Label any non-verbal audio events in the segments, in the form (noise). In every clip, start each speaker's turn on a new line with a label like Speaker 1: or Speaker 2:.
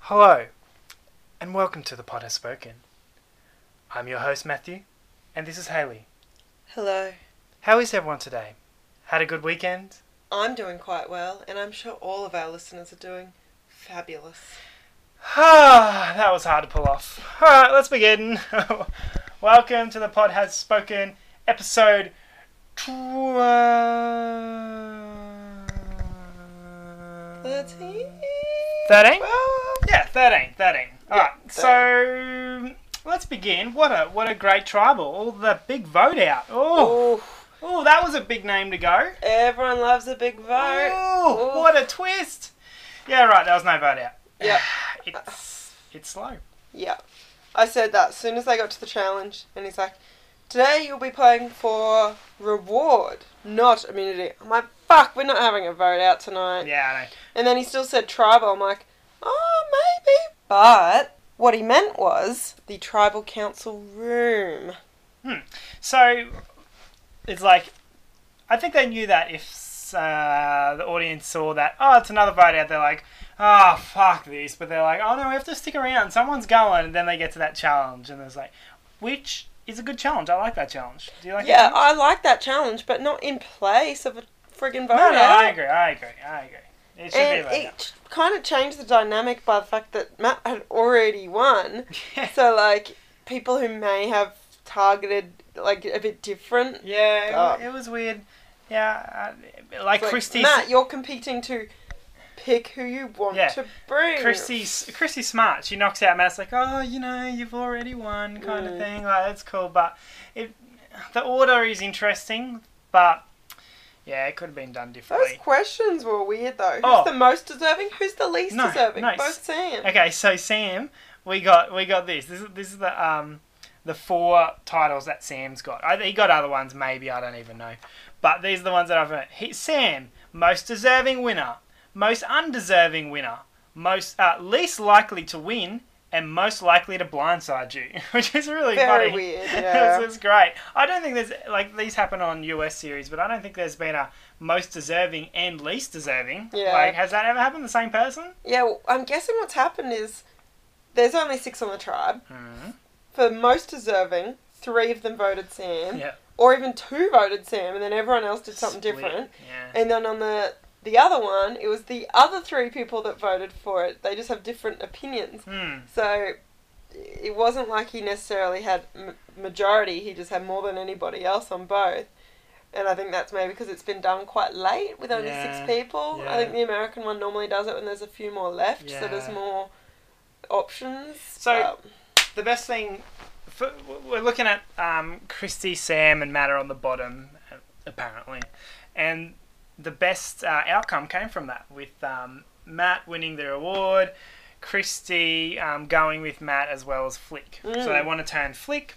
Speaker 1: Hello, and welcome to The Pod Has Spoken. I'm your host, Matthew, and this is Haley.
Speaker 2: Hello.
Speaker 1: How is everyone today? Had a good weekend? (sighs)
Speaker 2: I'm doing quite well, and I'm sure all of our listeners are doing fabulous.
Speaker 1: Ah, that was hard to pull off. Alright, let's begin. (laughs) welcome to The Pod Has Spoken, episode 12. Mm.
Speaker 2: Thirteen?
Speaker 1: 13?
Speaker 2: Well,
Speaker 1: Yeah, 13, 13. All right,
Speaker 2: Yeah,
Speaker 1: so let's begin. What a what a great tribal. All the big vote out. Oh,
Speaker 2: Ooh,
Speaker 1: oh, that was a big name to go.
Speaker 2: everyone loves a big vote.
Speaker 1: Oh,
Speaker 2: Ooh.
Speaker 1: what a twist. Yeah, right, there was no vote out.
Speaker 2: Yeah.
Speaker 1: (sighs) It's it's slow.
Speaker 2: Yeah. I said that as soon as they got to the challenge, and he's like, Today you'll be playing for reward, not immunity. I'm like, Fuck, we're not having a vote out tonight.
Speaker 1: Yeah, I know.
Speaker 2: And then he still said tribal. I'm like, Oh, maybe. But what he meant was the tribal council room.
Speaker 1: Hmm. So it's like I think they knew that if uh, the audience saw that, oh, it's another vote out, they're like, oh, fuck this. But they're like, oh no, we have to stick around. Someone's going, and then they get to that challenge, and it's like, which is a good challenge. I like that challenge. Do you like?
Speaker 2: Yeah,
Speaker 1: that challenge?
Speaker 2: I like that challenge, but not in place of a friggin' vote
Speaker 1: no, no,
Speaker 2: out.
Speaker 1: I agree. I agree. I agree. It should
Speaker 2: And
Speaker 1: be like
Speaker 2: it kind of changed the dynamic by the fact that Matt had already won.
Speaker 1: (laughs) that.
Speaker 2: So, like, people who may have targeted, like, a bit different.
Speaker 1: yeah, it wa-
Speaker 2: Um,
Speaker 1: it, was weird. Yeah, uh, like
Speaker 2: It's like,
Speaker 1: Christie's.
Speaker 2: Matt, you're competing to pick who you want
Speaker 1: Yeah.
Speaker 2: to bring.
Speaker 1: Christy's Christy's smart. She knocks out Matt's like, oh, you know, you've already won, kind of
Speaker 2: Mm.
Speaker 1: thing. Like that's cool, but it the order is interesting, but yeah, it could have been done
Speaker 2: Those
Speaker 1: differently.
Speaker 2: questions were weird, though. Who's
Speaker 1: Oh.
Speaker 2: the most deserving? Who's the least
Speaker 1: No,
Speaker 2: deserving?
Speaker 1: nice.
Speaker 2: Both Sam.
Speaker 1: Okay, so Sam, we got we got this. This is this is the um the four titles that Sam's got. I, he got other ones, maybe I don't even know, but these are the ones that I've heard. He, Sam, most deserving winner, most undeserving winner, most uh, least likely to win. And most likely to blindside you, (laughs) which is really
Speaker 2: Very
Speaker 1: funny. (laughs)
Speaker 2: weird,
Speaker 1: It's
Speaker 2: yeah.
Speaker 1: it's great. I don't think there's like these happen on US series, but I don't think there's been a most deserving and least deserving.
Speaker 2: Yeah.
Speaker 1: Like, has that ever happened? The same person?
Speaker 2: Yeah, well, I'm guessing what's happened is there's only six on the tribe.
Speaker 1: Hmm.
Speaker 2: For most deserving, three of them voted Sam,
Speaker 1: Yeah.
Speaker 2: or even two voted Sam, and then everyone else did something
Speaker 1: Split.
Speaker 2: different.
Speaker 1: Yeah.
Speaker 2: And then on the the other one, it was the other three people that voted for it. They just have different opinions.
Speaker 1: Hmm.
Speaker 2: So it wasn't like he necessarily had m- majority. He just had more than anybody else on both. And I think that's maybe because it's been done quite late with only
Speaker 1: Yeah,
Speaker 2: six people.
Speaker 1: yeah.
Speaker 2: I think the American one normally does it when there's a few more left, so there's
Speaker 1: Yeah.
Speaker 2: more options.
Speaker 1: So-
Speaker 2: but-
Speaker 1: The best thing, for, we're looking at um, Christy, Sam, and Matter on the bottom, uh, apparently, and the best uh, outcome came from that with um, Matt winning the award, Christy um, going with Matt as well as Flick.
Speaker 2: Mm.
Speaker 1: So they want to turn Flick.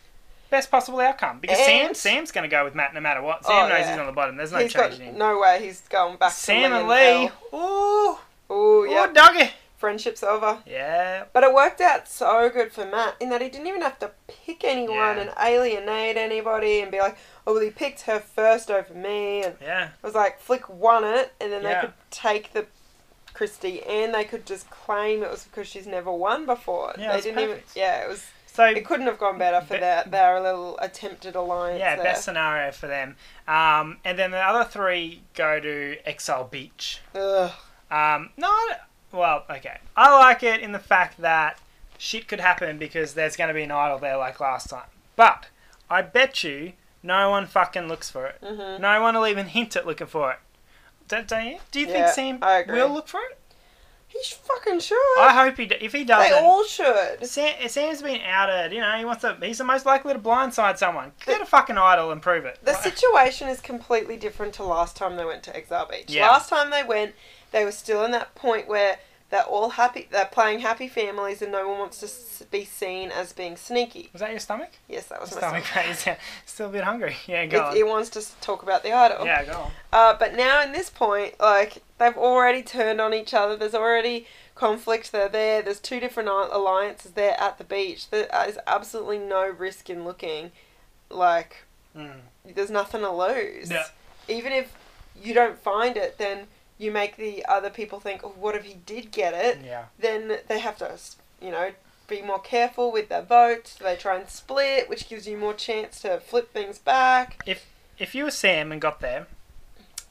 Speaker 1: Best possible outcome because Sam
Speaker 2: And-
Speaker 1: Sam's going to go with Matt no matter what.
Speaker 2: Oh,
Speaker 1: Sam knows
Speaker 2: yeah.
Speaker 1: he's on the bottom. There's no
Speaker 2: he's got
Speaker 1: changing.
Speaker 2: no way he's going back
Speaker 1: Sam
Speaker 2: to
Speaker 1: and
Speaker 2: Lee.
Speaker 1: Lee. Ooh,
Speaker 2: Oh, yeah.
Speaker 1: ooh, doggy.
Speaker 2: Friendship's over.
Speaker 1: Yeah.
Speaker 2: But it worked out so good for Matt in that he didn't even have to pick anyone
Speaker 1: Yeah.
Speaker 2: and alienate anybody and be like, oh, well, he picked her first over me. And
Speaker 1: Yeah.
Speaker 2: it was like, Flick won it, and then
Speaker 1: Yeah.
Speaker 2: they could take the Christie and they could just claim it was because she's never won before.
Speaker 1: Yeah, it
Speaker 2: they
Speaker 1: was
Speaker 2: didn't even.
Speaker 1: perfect.
Speaker 2: Yeah, it was.
Speaker 1: So
Speaker 2: It couldn't have gone better for
Speaker 1: Be-
Speaker 2: that. Their little attempted alliance.
Speaker 1: Yeah,
Speaker 2: there.
Speaker 1: best scenario for them. Um, and then the other three go to Exile Beach.
Speaker 2: Ugh.
Speaker 1: Um, not well, okay. I like it in the fact that shit could happen because there's going to be an idol there like last time. But I bet you no one fucking looks for it.
Speaker 2: Mhm.
Speaker 1: No one will even hint at looking for it. Don't, don't you? Do you think
Speaker 2: Yeah,
Speaker 1: Sam
Speaker 2: I agree.
Speaker 1: will look for it?
Speaker 2: He sh- fucking should.
Speaker 1: I hope he. d- If he
Speaker 2: they
Speaker 1: doesn't,
Speaker 2: all should.
Speaker 1: Sam, Sam's been outed. You know, he wants to. He's the most likely to blindside someone. Get a fucking idol and prove it.
Speaker 2: The
Speaker 1: Like-
Speaker 2: situation is completely different to last time they went to Exile Beach.
Speaker 1: Yeah.
Speaker 2: Last time they went, they were still in that point where they're all happy, they're playing happy families, and no one wants to s- be seen as being sneaky.
Speaker 1: was that your stomach?
Speaker 2: Yes, that was my
Speaker 1: stomach
Speaker 2: stomach.
Speaker 1: (laughs) pains. yeah. Still a bit hungry. (laughs) Yeah, go
Speaker 2: It, it wants to s- talk about the idol.
Speaker 1: on. Yeah, go on.
Speaker 2: Uh, but now in this point, like they've already turned on each other. There's already conflict. They're there. There's two different al- alliances there at the beach. There uh, is absolutely no risk in looking like
Speaker 1: Mm.
Speaker 2: there's nothing to lose.
Speaker 1: Yeah.
Speaker 2: Even if you don't find it, then you make the other people think, oh, what if he did get it?
Speaker 1: Yeah.
Speaker 2: Then they have to, you know, be more careful with their votes. They try and split, which gives you more chance to flip things back.
Speaker 1: If you were Sam and got there,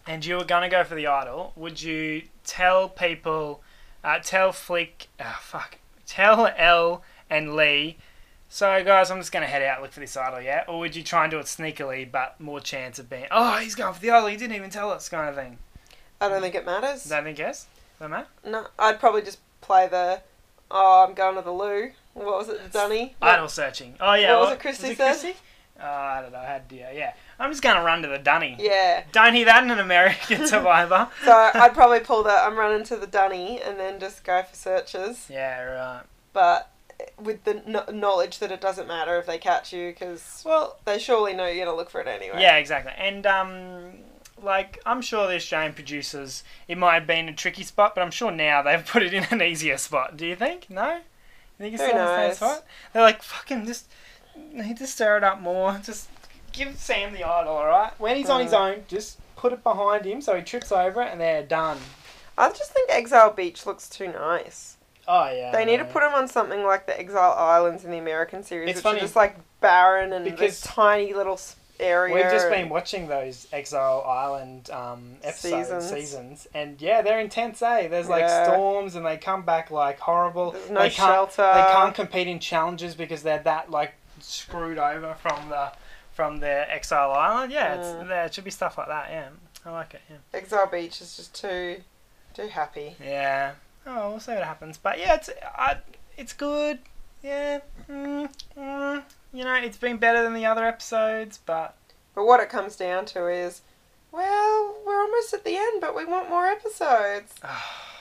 Speaker 1: and you were gonna go for the idol, would you tell people, uh, tell Flick, oh, fuck, tell Elle and Lee, so guys, I'm just gonna head out look for this idol, yeah? Or would you try and do it sneakily, but more chance of being, oh, he's going for the idol, he didn't even tell us, kind of thing?
Speaker 2: I don't think it matters.
Speaker 1: Is that any guess? Does that matter?
Speaker 2: No, I'd probably just play the. Oh, I'm going to the loo. What was it, the dunny?
Speaker 1: Idol searching. Oh yeah.
Speaker 2: What was it Christy said?
Speaker 1: Uh, I don't know. I had yeah, yeah. I'm just gonna run to the dunny.
Speaker 2: Yeah.
Speaker 1: Don't hear that in an
Speaker 2: (laughs)
Speaker 1: American Survivor.
Speaker 2: So I'd probably pull the I'm running to the dunny and then just go for searches,
Speaker 1: Yeah, right.
Speaker 2: but with the kno- knowledge that it doesn't matter if they catch you because
Speaker 1: Well,
Speaker 2: they surely know you're gonna look for it anyway.
Speaker 1: yeah, exactly. And um, like I'm sure the Australian producers, it might have been a tricky spot, but I'm sure now they've put it in an easier spot. Do you think? No. You think it's
Speaker 2: Who
Speaker 1: still in the same
Speaker 2: knows?
Speaker 1: spot? They're like fucking just need to stir it up more. (laughs) Just give Sam the idol, all right? When he's
Speaker 2: Hmm.
Speaker 1: on his own, just put it behind him so he trips over it, and they're done.
Speaker 2: I just think Exile Beach looks too nice.
Speaker 1: Oh yeah.
Speaker 2: They need to
Speaker 1: no.
Speaker 2: put them on something like the Exile Islands in the American series,
Speaker 1: It's
Speaker 2: which
Speaker 1: funny
Speaker 2: are just like barren and
Speaker 1: because
Speaker 2: this tiny little s- area.
Speaker 1: We've just
Speaker 2: and-
Speaker 1: been watching those Exile Island um, episodes, seasons.
Speaker 2: Seasons.
Speaker 1: and yeah, they're intense, eh? There's like
Speaker 2: Yeah.
Speaker 1: storms, and they come back like horrible.
Speaker 2: There's no
Speaker 1: they can't,
Speaker 2: shelter.
Speaker 1: They can't compete in challenges because they're that like screwed over from the from their Exile Island. Yeah, it's,
Speaker 2: Mm.
Speaker 1: there should be stuff like that. Yeah, I like it. Yeah.
Speaker 2: Exile Beach is just too, too happy.
Speaker 1: Yeah. Oh, we'll see what happens. But yeah, it's I, it's good. Yeah. Mm, mm. You know, it's been better than the other episodes, but
Speaker 2: But what it comes down to is, well, we're almost at the end, but we want more
Speaker 1: (sighs)
Speaker 2: episodes.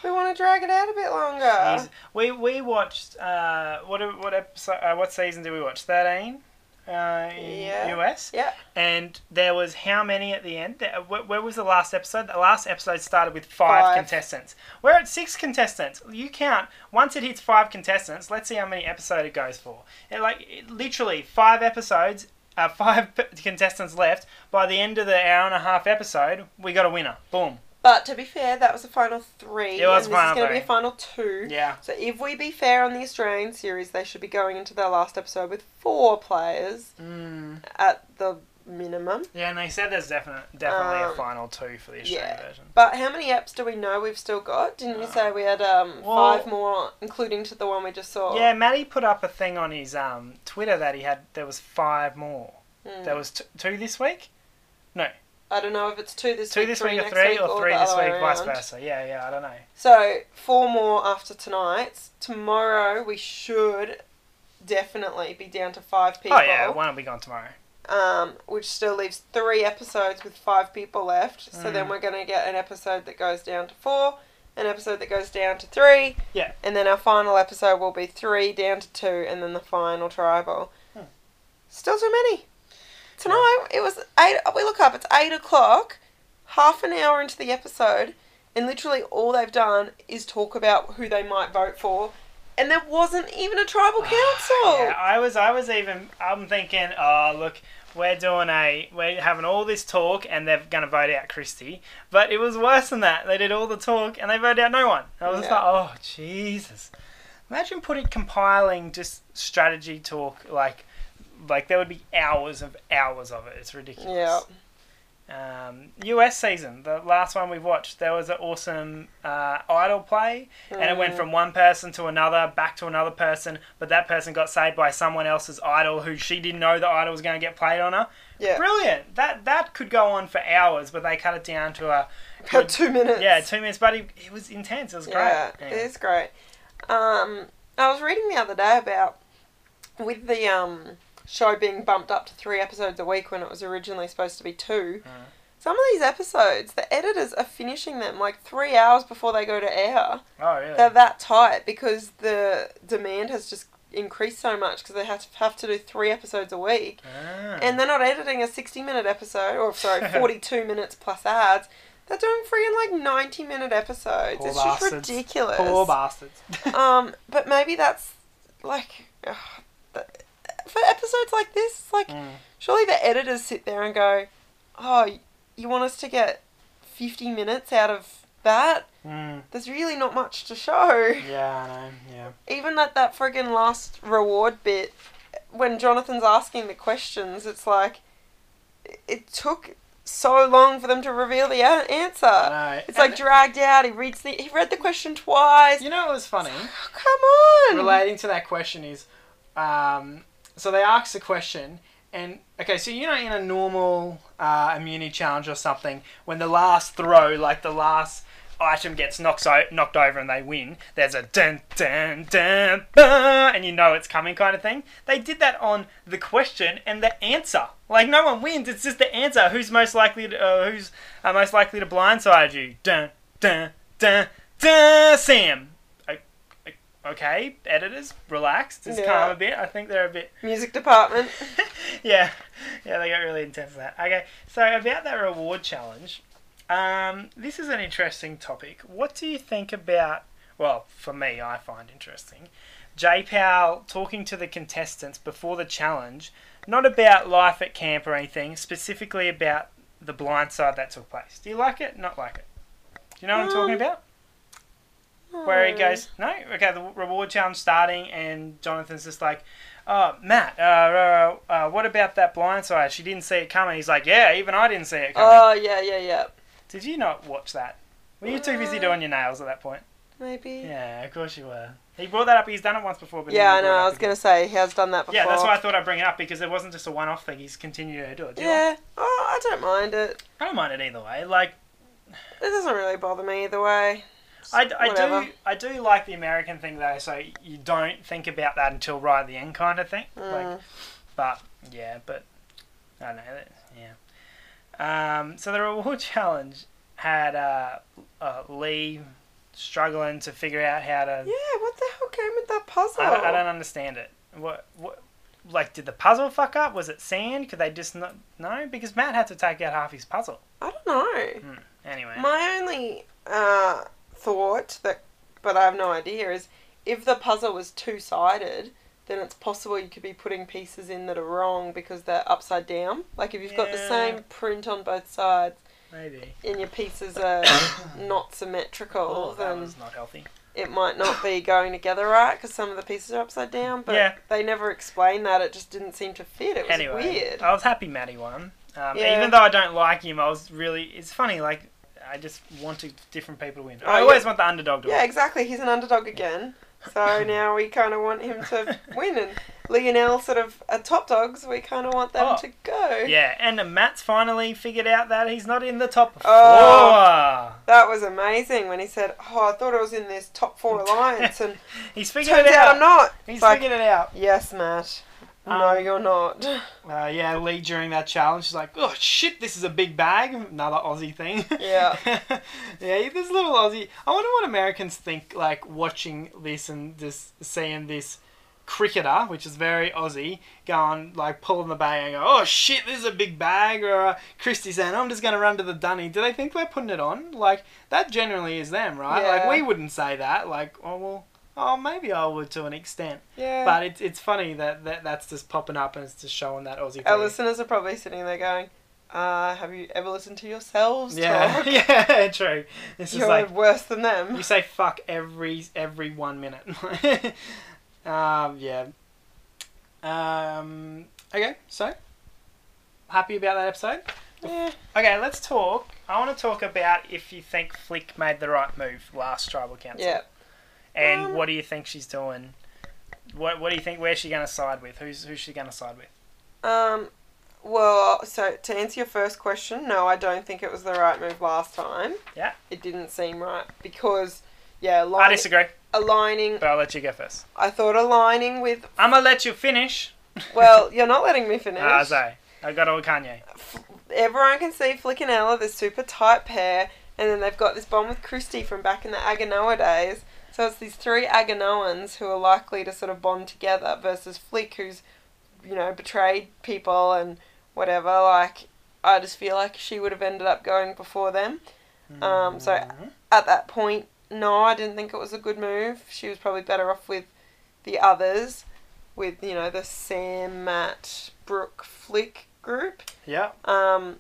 Speaker 2: we want to drag it out a bit
Speaker 1: Jeez.
Speaker 2: longer.
Speaker 1: We we watched uh, what what episode uh, what season did we watch? Thirteen. Uh, in
Speaker 2: Yeah.
Speaker 1: US
Speaker 2: Yeah,
Speaker 1: and there was how many at the end? There- Where, where was the last episode? The last episode started with five,
Speaker 2: Five.
Speaker 1: contestants. We're at six contestants. You count once it hits five contestants. Let's see how many episode it goes for. It, like it, literally five episodes, uh, (laughs) five p- contestants left. By the end of the hour and a half episode, we got a winner. Boom.
Speaker 2: but to be fair, that was a final three.
Speaker 1: It was
Speaker 2: and this
Speaker 1: final
Speaker 2: is going to be
Speaker 1: three.
Speaker 2: a final two.
Speaker 1: Yeah.
Speaker 2: So if we be fair on the Australian series, they should be going into their last episode with four players
Speaker 1: Mm.
Speaker 2: at the minimum.
Speaker 1: Yeah, and they said there's definite, definitely a
Speaker 2: Um,
Speaker 1: final two for the Australian
Speaker 2: yeah.
Speaker 1: version.
Speaker 2: But how many apps do we know we've still got? Didn't you
Speaker 1: Uh,
Speaker 2: say we had um,
Speaker 1: well-
Speaker 2: five more, including to the one we just saw?
Speaker 1: Yeah, Matty put up a thing on his um, Twitter that he had. There was five more.
Speaker 2: Mm.
Speaker 1: There was t- two this week.
Speaker 2: I don't know if it's two this
Speaker 1: Two
Speaker 2: week,
Speaker 1: this
Speaker 2: three
Speaker 1: week, or
Speaker 2: next
Speaker 1: three,
Speaker 2: week,
Speaker 1: or
Speaker 2: or
Speaker 1: three
Speaker 2: the
Speaker 1: this
Speaker 2: other
Speaker 1: week,
Speaker 2: way
Speaker 1: vice
Speaker 2: around.
Speaker 1: versa. Yeah, yeah, I don't know.
Speaker 2: So four more after tonight. Tomorrow we should definitely be down to five people.
Speaker 1: Oh yeah, one will be gone tomorrow.
Speaker 2: Um, which still leaves three episodes with five people left. So then
Speaker 1: Mm.
Speaker 2: we're gonna get an episode that goes down to four, an episode that goes down to three.
Speaker 1: Yeah.
Speaker 2: And then our final episode will be three down to two, and then the final tribal.
Speaker 1: Hmm.
Speaker 2: Still too many. Tonight it was eight. We look up. It's eight o'clock. Half an hour into the episode, and literally all they've done is talk about who they might vote for, and there wasn't even
Speaker 1: (sighs)
Speaker 2: a tribal council.
Speaker 1: Yeah, I was, I was even. I'm thinking, oh look, we're doing a, we're having all this talk, and they're gonna vote out Christy. But it was worse than that. They did all the talk, and they voted out no one. I was just
Speaker 2: Yeah.
Speaker 1: like, oh Jesus. Imagine putting compiling just strategy talk like, like there would be hours of hours of it. It's ridiculous.
Speaker 2: Yeah.
Speaker 1: um, US season, the last one we watched, there was an awesome uh, idol play, and it
Speaker 2: Mm.
Speaker 1: went from one person to another, back to another person, but that person got saved by someone else's idol who she didn't know the idol was going to get played on her.
Speaker 2: Yeah.
Speaker 1: Brilliant! That that could go on for hours, but they cut it down to a
Speaker 2: About two minutes.
Speaker 1: yeah two minutes. But it, it was intense. It was great.
Speaker 2: Yeah, it is great. Um, I was reading the other day about with the um, show being bumped up to three episodes a week when it was originally supposed to be two.
Speaker 1: Mm.
Speaker 2: Some of these episodes, the editors are finishing them like three hours before they go to air.
Speaker 1: Oh really?
Speaker 2: They're that tight because the demand has just increased so much because they have to, have to do three episodes a week.
Speaker 1: Ah.
Speaker 2: And they're not editing a 60 minute episode, or sorry,
Speaker 1: (laughs)
Speaker 2: 42 minutes plus ads. They're doing freaking like 90 minute episodes.
Speaker 1: Poor
Speaker 2: it's
Speaker 1: bastards.
Speaker 2: just ridiculous.
Speaker 1: poor
Speaker 2: (laughs)
Speaker 1: bastards.
Speaker 2: um, but maybe that's like. ugh, but for episodes like this, it's like,
Speaker 1: Mm.
Speaker 2: surely the editors sit there and go, oh, you want us to get 50 minutes out of that,
Speaker 1: Mm,
Speaker 2: there's really not much to show.
Speaker 1: yeah, I know. Yeah.
Speaker 2: Even at that friggin' last reward bit, when Jonathan's asking the questions, it's like, it took so long for them to reveal the a-
Speaker 1: I
Speaker 2: answer.
Speaker 1: know.
Speaker 2: Uh, It's like dragged out. He reads the he read the question twice.
Speaker 1: you know what was funny?
Speaker 2: Oh, come on.
Speaker 1: Relating to that question is, um, so they asked the question, and okay, so you know, in a normal uh, immunity challenge or something, when the last throw, like the last item gets knocked o- knocked over and they win, there's a dun dun dun, bah, and you know it's coming kind of thing. They did that on the question and the answer. Like no one wins; it's just the answer. Who's most likely? To, uh, who's uh, most likely to blindside you? Dun dun dun dun. Sam. O- o- Okay, editors, relax. Just calm
Speaker 2: Yeah.
Speaker 1: a bit. I think they're a bit
Speaker 2: Music department.
Speaker 1: (laughs) yeah, yeah, they got really intense with that. Okay, so about that reward challenge, um, this is an interesting topic. What do you think about? Well, for me, I find interesting. J Powell talking to the contestants before the challenge, not about life at camp or anything, specifically about the blind side that took place. Do you like it? Not like it. Do you know what I'm talking
Speaker 2: Um,
Speaker 1: about? where
Speaker 2: Oh.
Speaker 1: he goes, no, okay, the reward challenge starting, and Jonathan's just like, oh, Matt, uh, uh, uh, what about that blind side? She didn't see it coming. He's like, yeah, even I didn't see it coming.
Speaker 2: Oh yeah, yeah, yeah.
Speaker 1: Did you not watch that? Were you too busy
Speaker 2: Uh,
Speaker 1: doing your nails at that point?
Speaker 2: Maybe. Yeah,
Speaker 1: Yeah, of course you were. He brought that up. He's done it once before. But
Speaker 2: I know. I was gonna say he has done that before.
Speaker 1: Yeah, that's why I thought I'd bring it up because it wasn't just a one-off thing. He's continued to do it. Do you like-
Speaker 2: Yeah. Oh, I don't mind it.
Speaker 1: I don't mind it either way. Like,
Speaker 2: It doesn't really bother me either way.
Speaker 1: I, I
Speaker 2: Whatever.
Speaker 1: do I do like the American thing though, so you don't think about that until right at the end, kind of thing. Like,
Speaker 2: Mm.
Speaker 1: but yeah, but I don't know. That, yeah. Um, so the reward (laughs) challenge had uh, uh, Lee struggling to figure out how to.
Speaker 2: Yeah. What the hell came with that puzzle?
Speaker 1: I, don't, I don't understand it. What what. Like, did the puzzle fuck up? Was it sand? Could they just not? No, because Matt had to take out half his puzzle.
Speaker 2: I don't know.
Speaker 1: Anyway,
Speaker 2: My only uh, thought that, but I have no idea, is if the puzzle was two sided, then it's possible you could be putting pieces in that are wrong because they're upside down. Like if you've got the
Speaker 1: Yeah.
Speaker 2: same print on both sides
Speaker 1: maybe.
Speaker 2: and your pieces are not symmetrical,
Speaker 1: Oh, that
Speaker 2: then
Speaker 1: was not healthy.
Speaker 2: it might not be going together right because some of the pieces are upside down. But
Speaker 1: Yeah.
Speaker 2: they never explained that. It just didn't seem to fit. It was
Speaker 1: anyway,
Speaker 2: weird.
Speaker 1: I was happy Matty won. Um,
Speaker 2: Yeah.
Speaker 1: Even though I don't like him, I was really. It's funny, like, I just wanted different people to win.
Speaker 2: Oh,
Speaker 1: I
Speaker 2: yeah.
Speaker 1: always want the underdog to
Speaker 2: Yeah,
Speaker 1: win.
Speaker 2: exactly. He's an underdog again.
Speaker 1: (laughs)
Speaker 2: So now we kind of want him to win. And Lionel sort of are top dogs. We kind of want them
Speaker 1: Oh,
Speaker 2: to go.
Speaker 1: Yeah, and uh, Matt's finally figured out that he's not in the top four.
Speaker 2: Oh. That was amazing when he said, Oh, I thought I was in this
Speaker 1: (laughs)
Speaker 2: top four alliance. And
Speaker 1: He's figured
Speaker 2: turns
Speaker 1: it
Speaker 2: out
Speaker 1: out.
Speaker 2: I'm not.
Speaker 1: he's
Speaker 2: Like-
Speaker 1: figured it out.
Speaker 2: Yes, Matt. no,
Speaker 1: Um,
Speaker 2: you're not. (laughs)
Speaker 1: Uh, yeah, Lee during that challenge is like, oh shit, this is a big bag. Another Aussie thing.
Speaker 2: Yeah.
Speaker 1: (laughs) yeah, this little Aussie. I wonder what Americans think, like, watching this and just seeing this cricketer, which is very Aussie, going, like, pulling the bag and go, oh shit, this is a big bag. Or uh, Christy saying, I'm just going to run to the dunny. Do they think they're putting it on? Like, that generally is them, right? Like,
Speaker 2: Yeah.
Speaker 1: we wouldn't say that. Like, oh, well, oh, maybe I would to an extent.
Speaker 2: Yeah.
Speaker 1: (laughs) But it's it's funny that, that that's just popping up and it's just showing that Aussie.
Speaker 2: Our
Speaker 1: thing.
Speaker 2: listeners are probably sitting there going, uh, Have you ever listened to yourselves
Speaker 1: Yeah, (laughs)
Speaker 2: talk?
Speaker 1: yeah, true. This is
Speaker 2: You're
Speaker 1: like
Speaker 2: worse than them.
Speaker 1: you say fuck every every one minute. (laughs) um, yeah. Um. Okay, so happy about that episode.
Speaker 2: Yeah.
Speaker 1: Okay, let's talk. I want to talk about if you think Flick made the right move last tribal council,
Speaker 2: Yeah.
Speaker 1: and
Speaker 2: Um,
Speaker 1: what do you think she's doing? What What do you think? Where's she going to side with? Who's Who's she going to side with?
Speaker 2: Um, well, so to answer your first question, no, I don't think it was the right move last time.
Speaker 1: Yeah.
Speaker 2: It didn't seem right because, yeah,
Speaker 1: I
Speaker 2: aligning.
Speaker 1: disagree,
Speaker 2: aligning
Speaker 1: but I'll let you go first.
Speaker 2: I thought aligning with.
Speaker 1: I'm gonna let you finish.
Speaker 2: Well, you're not letting me finish.
Speaker 1: (laughs) Ah, sorry. I got all Kanye.
Speaker 2: Everyone can see Flick and Ella, this super tight pair, and then they've got this bond with Christy from back in the Aganoa days. So it's these three Aganoans who are likely to sort of bond together versus Flick, who's, you know, betrayed people and whatever. Like, I just feel like she would have ended up going before them. Um, so
Speaker 1: Mm-hmm.
Speaker 2: at that point, no, I didn't think it was a good move. She was probably better off with the others, with, you know, the Sam, Matt, Brooke, Flick group.
Speaker 1: Yeah.
Speaker 2: Um,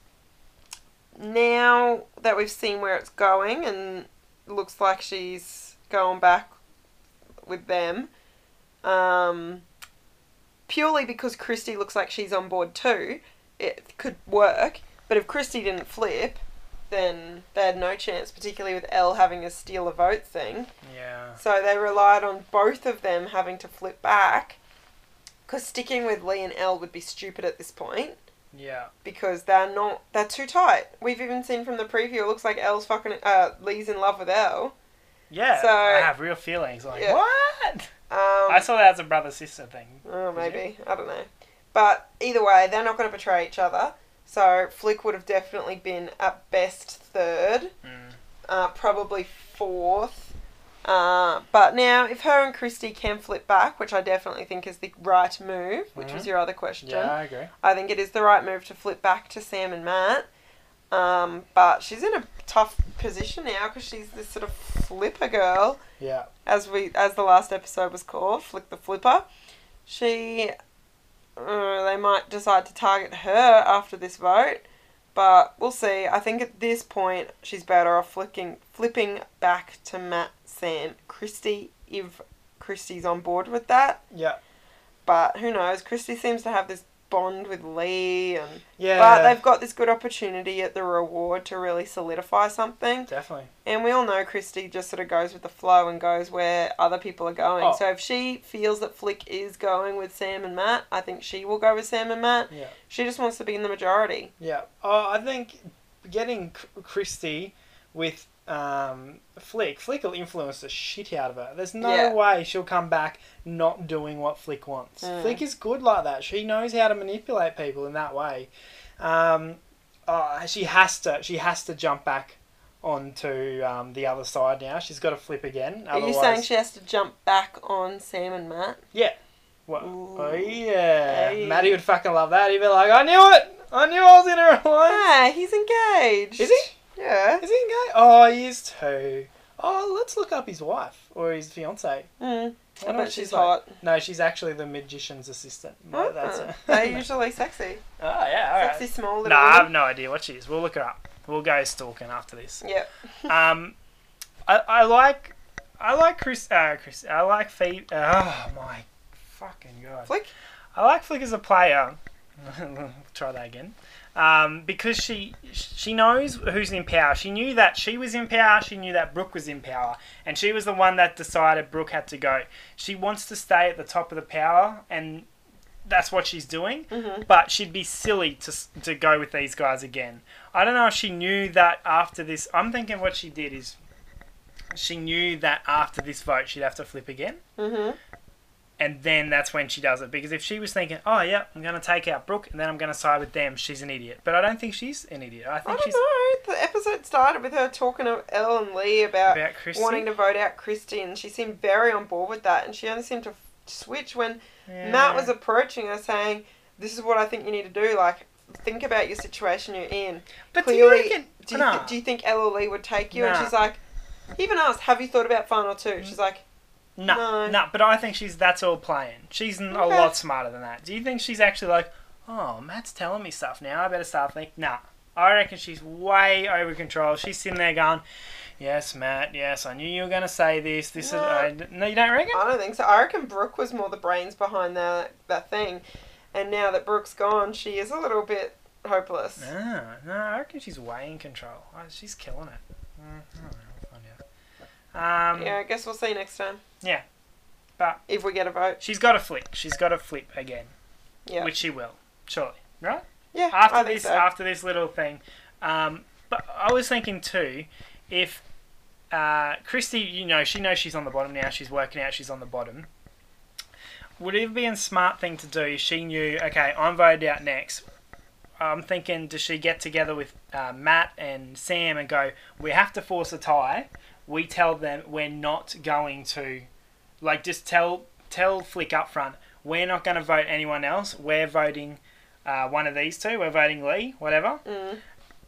Speaker 2: now that we've seen where it's going and looks like she's going back with them, um, purely because Christy looks like she's on board too, it could work. But if Christy didn't flip, then they had no chance, particularly with Elle having a steal a vote thing.
Speaker 1: Yeah.
Speaker 2: So they relied on both of them having to flip back. Because sticking with Lee and Elle would be stupid at this point
Speaker 1: Yeah.
Speaker 2: because they're not they're too tight. We've even seen from the preview it looks like Elle's fucking uh Lee's in love with Elle.
Speaker 1: Yeah.
Speaker 2: So-
Speaker 1: I have real feelings. Like,
Speaker 2: Yeah.
Speaker 1: what?
Speaker 2: Um
Speaker 1: I saw that as a brother sister thing.
Speaker 2: oh,
Speaker 1: Is
Speaker 2: maybe. I don't know. But either way, they're not gonna betray each other. So Flick would have definitely been at best third,
Speaker 1: Mm.
Speaker 2: uh, probably fourth. Uh, but now, if her and Christy can flip back, which I definitely think is the right move, which was your other question,
Speaker 1: Mm-hmm. Yeah, I agree.
Speaker 2: I think it is the right move to flip back to Sam and Matt. Um, but she's in a tough position now because she's this sort of flipper girl,
Speaker 1: Yeah.
Speaker 2: as we as the last episode was called, flick the flipper. She, uh, they might decide to target her after this vote, but we'll see. I think at this point she's better off flicking flipping back to Matt, Sam, Christy, if Christy's on board with that.
Speaker 1: Yeah.
Speaker 2: But who knows? Christy seems to have this bond with Lee, and
Speaker 1: Yeah.
Speaker 2: but they've got this good opportunity at the reward to really solidify something.
Speaker 1: definitely.
Speaker 2: And we all know Christy just sort of goes with the flow and goes where other people are going.
Speaker 1: Oh.
Speaker 2: So if she feels that Flick is going with Sam and Matt, I think she will go with Sam and Matt.
Speaker 1: Yeah.
Speaker 2: She just wants to be in the majority.
Speaker 1: Yeah. Oh, I think getting Chr- Christy with um, Flick, Flick will influence the shit out of her. There's no
Speaker 2: Yeah.
Speaker 1: way she'll come back not doing what Flick wants.
Speaker 2: Mm.
Speaker 1: Flick is good like that. She knows how to manipulate people in that way. Um, oh, she has to. She has to jump back onto um, the other side now. She's got to flip again.
Speaker 2: Are you
Speaker 1: Otherwise,
Speaker 2: saying she has to jump back on Sam and Matt?
Speaker 1: What?
Speaker 2: Ooh.
Speaker 1: Oh yeah,
Speaker 2: Mm. Hey.
Speaker 1: Maddie would fucking love that. He'd be like, "I knew it. I knew I was in her alliance."
Speaker 2: Ah, he's engaged.
Speaker 1: Is he?
Speaker 2: Yeah.
Speaker 1: Is he gay? Oh, he is too. Oh, let's look up his wife or his fiance.
Speaker 2: Mm. I
Speaker 1: wonder
Speaker 2: bet
Speaker 1: if
Speaker 2: she's
Speaker 1: like-
Speaker 2: hot.
Speaker 1: No, she's actually the magician's assistant. No, that's
Speaker 2: Uh-uh.
Speaker 1: her.
Speaker 2: They're usually sexy.
Speaker 1: (laughs) oh yeah, all right.
Speaker 2: Sexy small little
Speaker 1: No, I
Speaker 2: women.
Speaker 1: have no idea what she is. We'll look her up. We'll go stalking after this.
Speaker 2: Yep.
Speaker 1: Um, I, I like, I like Chris. Uh, Chris. I like Phoebe. Oh my fucking god.
Speaker 2: Flick?
Speaker 1: I like Flick as a player. (laughs) Try that again. Um, because she she knows who's in power. She knew that she was in power. She knew that Brooke was in power, and she was the one that decided Brooke had to go. She wants to stay at the top of the power, and that's what she's doing.
Speaker 2: Mhm.
Speaker 1: But she'd be silly to s- to go with these guys again. I don't know if she knew that after this. I'm thinking what she did is she knew that after this vote she'd have to flip again
Speaker 2: Mm-hmm.
Speaker 1: and then that's when she does it. Because if she was thinking, "Oh yeah, I'm going to take out Brooke, and then I'm going to side with them," she's an idiot. But I don't think she's an idiot. I
Speaker 2: I
Speaker 1: think
Speaker 2: don't
Speaker 1: she's
Speaker 2: know. The episode started with her talking to Elle and Lee about,
Speaker 1: about Christy.
Speaker 2: wanting to vote out Christy, and she seemed very on board with that. And she only seemed to f- switch when
Speaker 1: Yeah.
Speaker 2: Matt was approaching her, saying, "This is what I think you need to do. Like, think about your situation you're in.
Speaker 1: but
Speaker 2: clearly-
Speaker 1: do you reckon?
Speaker 2: Do you,
Speaker 1: nah.
Speaker 2: do you think Elle or Lee would take you?" And
Speaker 1: Nah.
Speaker 2: she's like, even asked, "Have you thought about final two? She's like,
Speaker 1: nah,
Speaker 2: No.
Speaker 1: nah. But I think she's that's all playing. She's n a a
Speaker 2: Okay.
Speaker 1: lot smarter than that. Do you think she's actually like, "Oh, Matt's telling me stuff now. I better start thinking." Nah. I reckon she's way over control. She's sitting there going, "Yes, Matt. Yes, I knew you were going to say this. This
Speaker 2: Nah.
Speaker 1: is." I, no, you don't reckon?
Speaker 2: I don't think so. I reckon Brooke was more the brains behind that that thing, and now that Brooke's gone, she is a little bit hopeless."
Speaker 1: No, no, I reckon she's way in control. Oh, she's killing it. Mm, I don't know, we'll find out. Um,
Speaker 2: Yeah, I guess we'll see next time.
Speaker 1: Yeah. But-
Speaker 2: if we get a vote,
Speaker 1: She's got a flick. She's got a flip again,
Speaker 2: yeah,
Speaker 1: which she will, surely, right?
Speaker 2: yeah.
Speaker 1: (laughs)
Speaker 2: I
Speaker 1: After
Speaker 2: think
Speaker 1: this,
Speaker 2: so.
Speaker 1: after this little thing. Um, but I was thinking too, if uh, Christy, you know, she knows she's on the bottom now. She's working out. She's on the bottom. Would it be a smart thing to do? if She knew. Okay, I'm voted out next. I'm thinking, does she get together with uh, Matt and Sam and go, we have to force a tie. We tell them we're not going to, like, just tell tell Flick up front, we're not going to vote anyone else. We're voting uh, one of these two. We're voting Lee, whatever.
Speaker 2: Mm.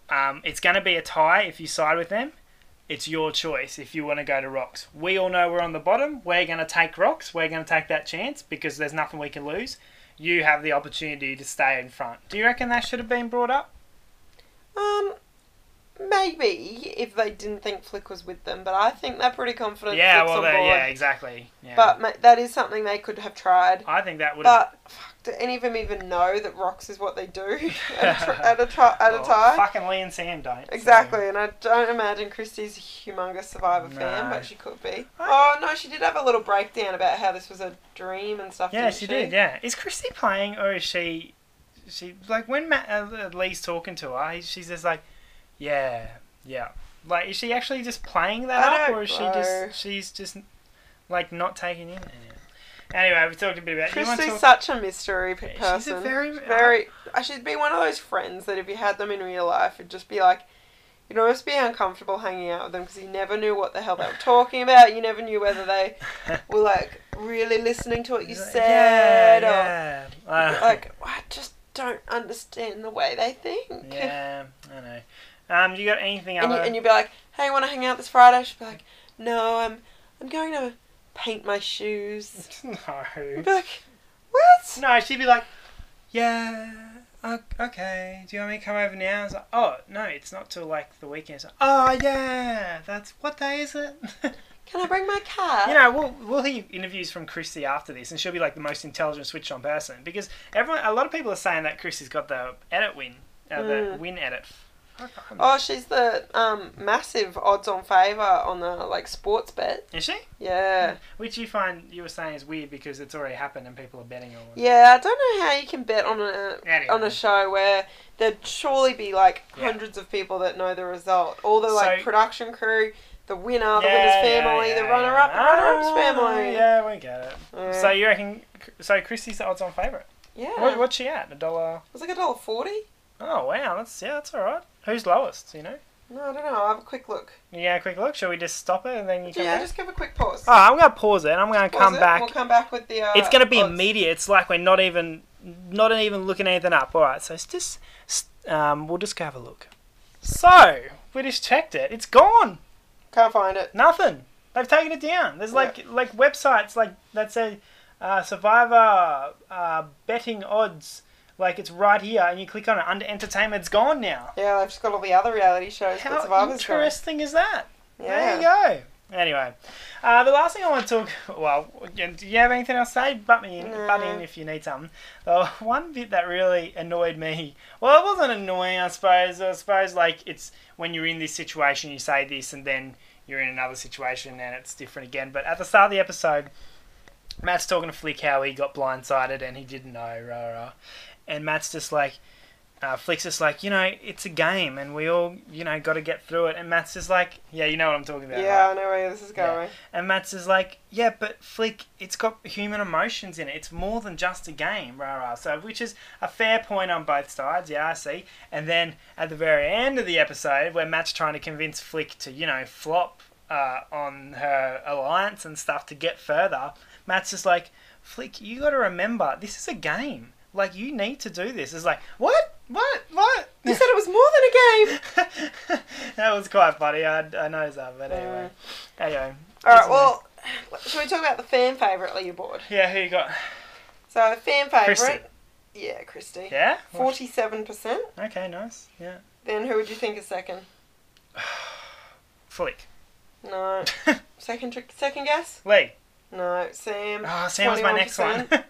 Speaker 1: Um, it's going to be a tie if you side with them. It's your choice if you want to go to Rocks. We all know we're on the bottom. We're going to take Rocks. We're going to take that chance because there's nothing we can lose. You have the opportunity to stay in front. Do you reckon that should have been brought up?
Speaker 2: Um, maybe if they didn't think Flick was with them, but I think they're pretty confident.
Speaker 1: yeah,
Speaker 2: Flick's
Speaker 1: well,
Speaker 2: on
Speaker 1: they-
Speaker 2: board.
Speaker 1: yeah, exactly. Yeah.
Speaker 2: But ma- that is something they could have tried.
Speaker 1: I think that would have.
Speaker 2: But fuck, do any of them even know that rocks is what they do (laughs) at
Speaker 1: (laughs)
Speaker 2: a, tr- at a, tri- at a
Speaker 1: well,
Speaker 2: time?
Speaker 1: Fucking Lee and Sam don't. Oh, so-
Speaker 2: Exactly, and I don't imagine Christie's a humongous Survivor fan,
Speaker 1: No.
Speaker 2: but she could be. Oh no, she did have a little breakdown about how this was a dream and stuff.
Speaker 1: Yeah,
Speaker 2: didn't
Speaker 1: she did. Yeah, is Christy playing or is she? She like when Matt, uh, Lee's talking to her, he- she's just like, yeah, yeah. Like, is she actually just playing that
Speaker 2: I
Speaker 1: up,
Speaker 2: don't
Speaker 1: or is
Speaker 2: know.
Speaker 1: she just she's just like not taking in? Anyway, we talked a bit about. Uh, you wanna
Speaker 2: Christy's
Speaker 1: talk-
Speaker 2: such a mystery p-
Speaker 1: She's a
Speaker 2: person.
Speaker 1: very-
Speaker 2: very. I should be one of those friends that if you had them in real life, it'd just be like, you'd almost be uncomfortable hanging out with them because you never knew what the hell they were talking about. You never knew whether they
Speaker 1: (laughs)
Speaker 2: were like really listening to what you
Speaker 1: She's like,
Speaker 2: said or
Speaker 1: Yeah, yeah. Uh,
Speaker 2: like I just don't understand the way they think.
Speaker 1: (laughs) yeah, I know. Um, you got anything
Speaker 2: and, you,
Speaker 1: other?
Speaker 2: and you'd be like, "Hey, want to hang out this Friday?" She'd be like, "No, I'm I'm going to paint my shoes." You'd
Speaker 1: (laughs) no.
Speaker 2: be like, "What?"
Speaker 1: No, she'd be like, yeah, o- okay. Do you want me to come over now? It's like, oh no, it's not till like the weekend. It's like, oh yeah, that's what day is it? (laughs)
Speaker 2: Can I bring my cat?
Speaker 1: you know, we'll we'll hear interviews from Christy after this, and she'll be like the most intelligent, switched-on person because everyone, a lot of people are saying that Christy's got the edit win, uh, the
Speaker 2: Mm.
Speaker 1: win edit.
Speaker 2: Oh, she's the um, massive odds on favour on the like sports bet.
Speaker 1: Is she?
Speaker 2: Yeah,
Speaker 1: Which you find you were saying is weird because it's already happened and people are betting on it.
Speaker 2: yeah. I don't know how you can bet on a
Speaker 1: Anyway.
Speaker 2: on a show where there'd surely be like
Speaker 1: Yeah.
Speaker 2: hundreds of people that know the result. All the like
Speaker 1: So-
Speaker 2: production crew, the winner, the
Speaker 1: Yeah,
Speaker 2: winner's
Speaker 1: yeah,
Speaker 2: family,
Speaker 1: yeah,
Speaker 2: the runner-up,
Speaker 1: yeah.
Speaker 2: the runner-up's
Speaker 1: Ah,
Speaker 2: family.
Speaker 1: Yeah, we get it.
Speaker 2: Yeah.
Speaker 1: So you reckon? So Christy's the odds-on favourite.
Speaker 2: yeah.
Speaker 1: What, what's she at? A dollar.
Speaker 2: It was like a dollar forty.
Speaker 1: Oh wow, that's yeah, that's all right. Who's lowest? You know.
Speaker 2: No, I don't know. I'll have a quick look.
Speaker 1: Yeah, quick look. Shall we just stop it and then you come
Speaker 2: Yeah,
Speaker 1: back?
Speaker 2: just give a quick pause.
Speaker 1: Oh, I'm gonna pause it. and I'm gonna
Speaker 2: Pause
Speaker 1: come
Speaker 2: it,
Speaker 1: back.
Speaker 2: We'll come back with the. Uh,
Speaker 1: it's gonna be
Speaker 2: odds.
Speaker 1: immediate. It's like we're not even not even looking anything up. All right, so it's just s- um, we'll just go have a look. So we just checked it. It's gone.
Speaker 2: Can't find it.
Speaker 1: Nothing. They've taken it down. There's like like websites like that say uh, Survivor uh, betting odds. Like it's right here, and you click on it under entertainment. It's gone now.
Speaker 2: Yeah, I've just got all the other reality shows. but
Speaker 1: How
Speaker 2: Survivor's gone.
Speaker 1: interesting is that?
Speaker 2: Yeah.
Speaker 1: There you go. Anyway, uh, the last thing I want to talk. (laughs) Well, do you have anything else to say? Butt me in,
Speaker 2: No.
Speaker 1: butt in if you need something. The (laughs) one bit that really annoyed me. Well, it wasn't annoying, I suppose. I suppose like it's when you're in this situation, you say this, and then you're in another situation, and it's different again. But at the start of the episode, Matt's talking to Flick how he got blindsided and he didn't know, rah rah. And Matt's just like, uh, Flick's just like, you know, it's a game and we all, you know, got to get through it. And Matt's just like, yeah, you know what I'm talking about.
Speaker 2: Yeah,
Speaker 1: right?
Speaker 2: I know where this is
Speaker 1: Yeah.
Speaker 2: going.
Speaker 1: And Matt's is like, yeah, but Flick, it's got human emotions in it. It's more than just a game, rah rah. So, which is a fair point on both sides. Yeah, I see. And then at the very end of the episode, where Matt's trying to convince Flick to, you know, flop uh, on her alliance and stuff to get further, Matt's just like, Flick, you got to remember, this is a game. Like, you need to do this. It's like, what? What? What?
Speaker 2: You said it was more than a game.
Speaker 1: (laughs) that was quite funny. I, I noticed that, but anyway. Anyway.
Speaker 2: All
Speaker 1: Isn't it?
Speaker 2: right. Well, should we talk about the fan favorite leaderboard?
Speaker 1: Yeah, who you got?
Speaker 2: So fan favorite.
Speaker 1: Christy.
Speaker 2: Yeah, Christy.
Speaker 1: Yeah?
Speaker 2: Forty-seven percent.
Speaker 1: Okay, nice. Yeah.
Speaker 2: Then who would you think is second?
Speaker 1: Flick. (laughs)
Speaker 2: No. second trick. Second guess.
Speaker 1: Lee.
Speaker 2: No. Sam.
Speaker 1: Oh, Sam was my next one. (laughs)
Speaker 2: 21%.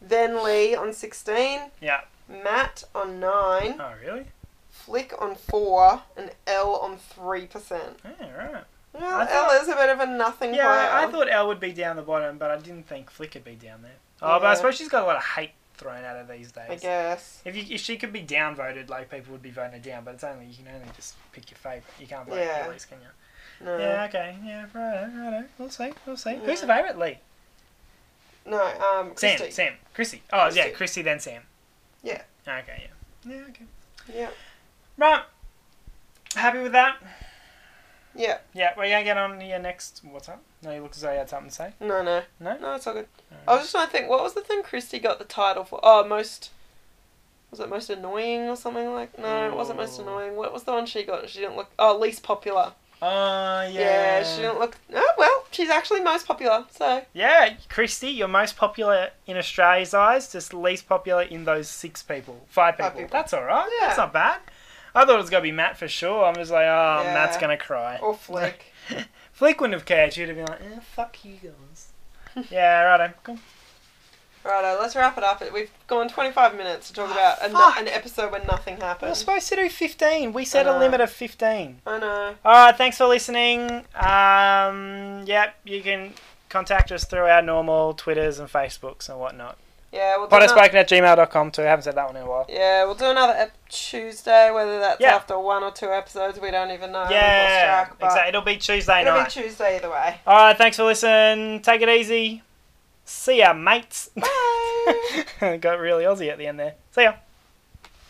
Speaker 2: Then Lee on sixteen.
Speaker 1: yeah.
Speaker 2: Matt on nine.
Speaker 1: Oh, really?
Speaker 2: Flick on four and L on three percent.
Speaker 1: Yeah, right.
Speaker 2: Well,
Speaker 1: I thought-
Speaker 2: L is a bit of a nothing
Speaker 1: Yeah, I- I
Speaker 2: player.
Speaker 1: thought Elle would be down the bottom, but I didn't think Flick would be down there. Oh, but I
Speaker 2: Yeah.
Speaker 1: suppose she's got a lot of hate thrown at her these days.
Speaker 2: I guess.
Speaker 1: If, you, if she could be downvoted, like people would be voting her down, but it's only you can only just pick your favourite. You can't vote
Speaker 2: Yeah.
Speaker 1: Elise, can you?
Speaker 2: No.
Speaker 1: Yeah, okay, yeah, right, right. We'll see, we'll see.
Speaker 2: Yeah.
Speaker 1: Who's the favourite? Lee,
Speaker 2: No. Um.
Speaker 1: Sam,
Speaker 2: Christy.
Speaker 1: Sam, Chrissy. Oh, yeah,
Speaker 2: Chrissy.
Speaker 1: Chrissy then Sam.
Speaker 2: Yeah.
Speaker 1: Okay, yeah, yeah, okay.
Speaker 2: Yeah.
Speaker 1: Right, happy with that.
Speaker 2: Yeah.
Speaker 1: Yeah, we're gonna get on your next. What's up? No, you look as though you had something to say.
Speaker 2: No. No.
Speaker 1: No?
Speaker 2: No. It's all good.
Speaker 1: Alright.
Speaker 2: I was just trying to think. What was the thing Christy got the title for? Oh, most. Was it most annoying or something like? No, it wasn't most
Speaker 1: Ooh.
Speaker 2: annoying. What was the one she got? She didn't look. Oh, least popular.
Speaker 1: Oh yeah.
Speaker 2: Yeah. she didn't look. Oh well, she's actually most popular. So
Speaker 1: Yeah, Christy, you're most popular in Australia's eyes, just least popular in those six people, five people.
Speaker 2: people.
Speaker 1: That's all right.
Speaker 2: Yeah.
Speaker 1: That's not bad. I thought it was gonna be Matt for sure. I'm just like, oh,
Speaker 2: Yeah. Oh.
Speaker 1: Matt's gonna cry.
Speaker 2: Or Flick.
Speaker 1: Flick wouldn't have cared. She'd have been like, eh, fuck you
Speaker 2: (laughs)
Speaker 1: guys. yeah, righto. Cool.
Speaker 2: Righto, let's wrap it up. We've gone 25 minutes to talk about an,
Speaker 1: Ah, fuck.
Speaker 2: an episode where nothing
Speaker 1: We We're
Speaker 2: happened.
Speaker 1: supposed to do 15. We set a
Speaker 2: Uh,
Speaker 1: limit of 15.
Speaker 2: I know.
Speaker 1: All right, thanks for listening. Um, yep, you can contact us through our normal Twitters and Facebooks and whatnot.
Speaker 2: Yeah, we'll do ano-
Speaker 1: Potterspoken at gmail.com too. I haven't said that one in a while.
Speaker 2: Yeah, we'll do another ep- Tuesday, whether that's
Speaker 1: Yeah.
Speaker 2: after one or two episodes, we don't even know. We've lost
Speaker 1: yeah,
Speaker 2: Um, track, but
Speaker 1: exactly. It'll be Tuesday
Speaker 2: It'll
Speaker 1: night.
Speaker 2: be Tuesday either way.
Speaker 1: All right, thanks for listening. Take it easy. See ya, mates.
Speaker 2: Bye!
Speaker 1: (laughs) Got really Aussie at the end there. See ya.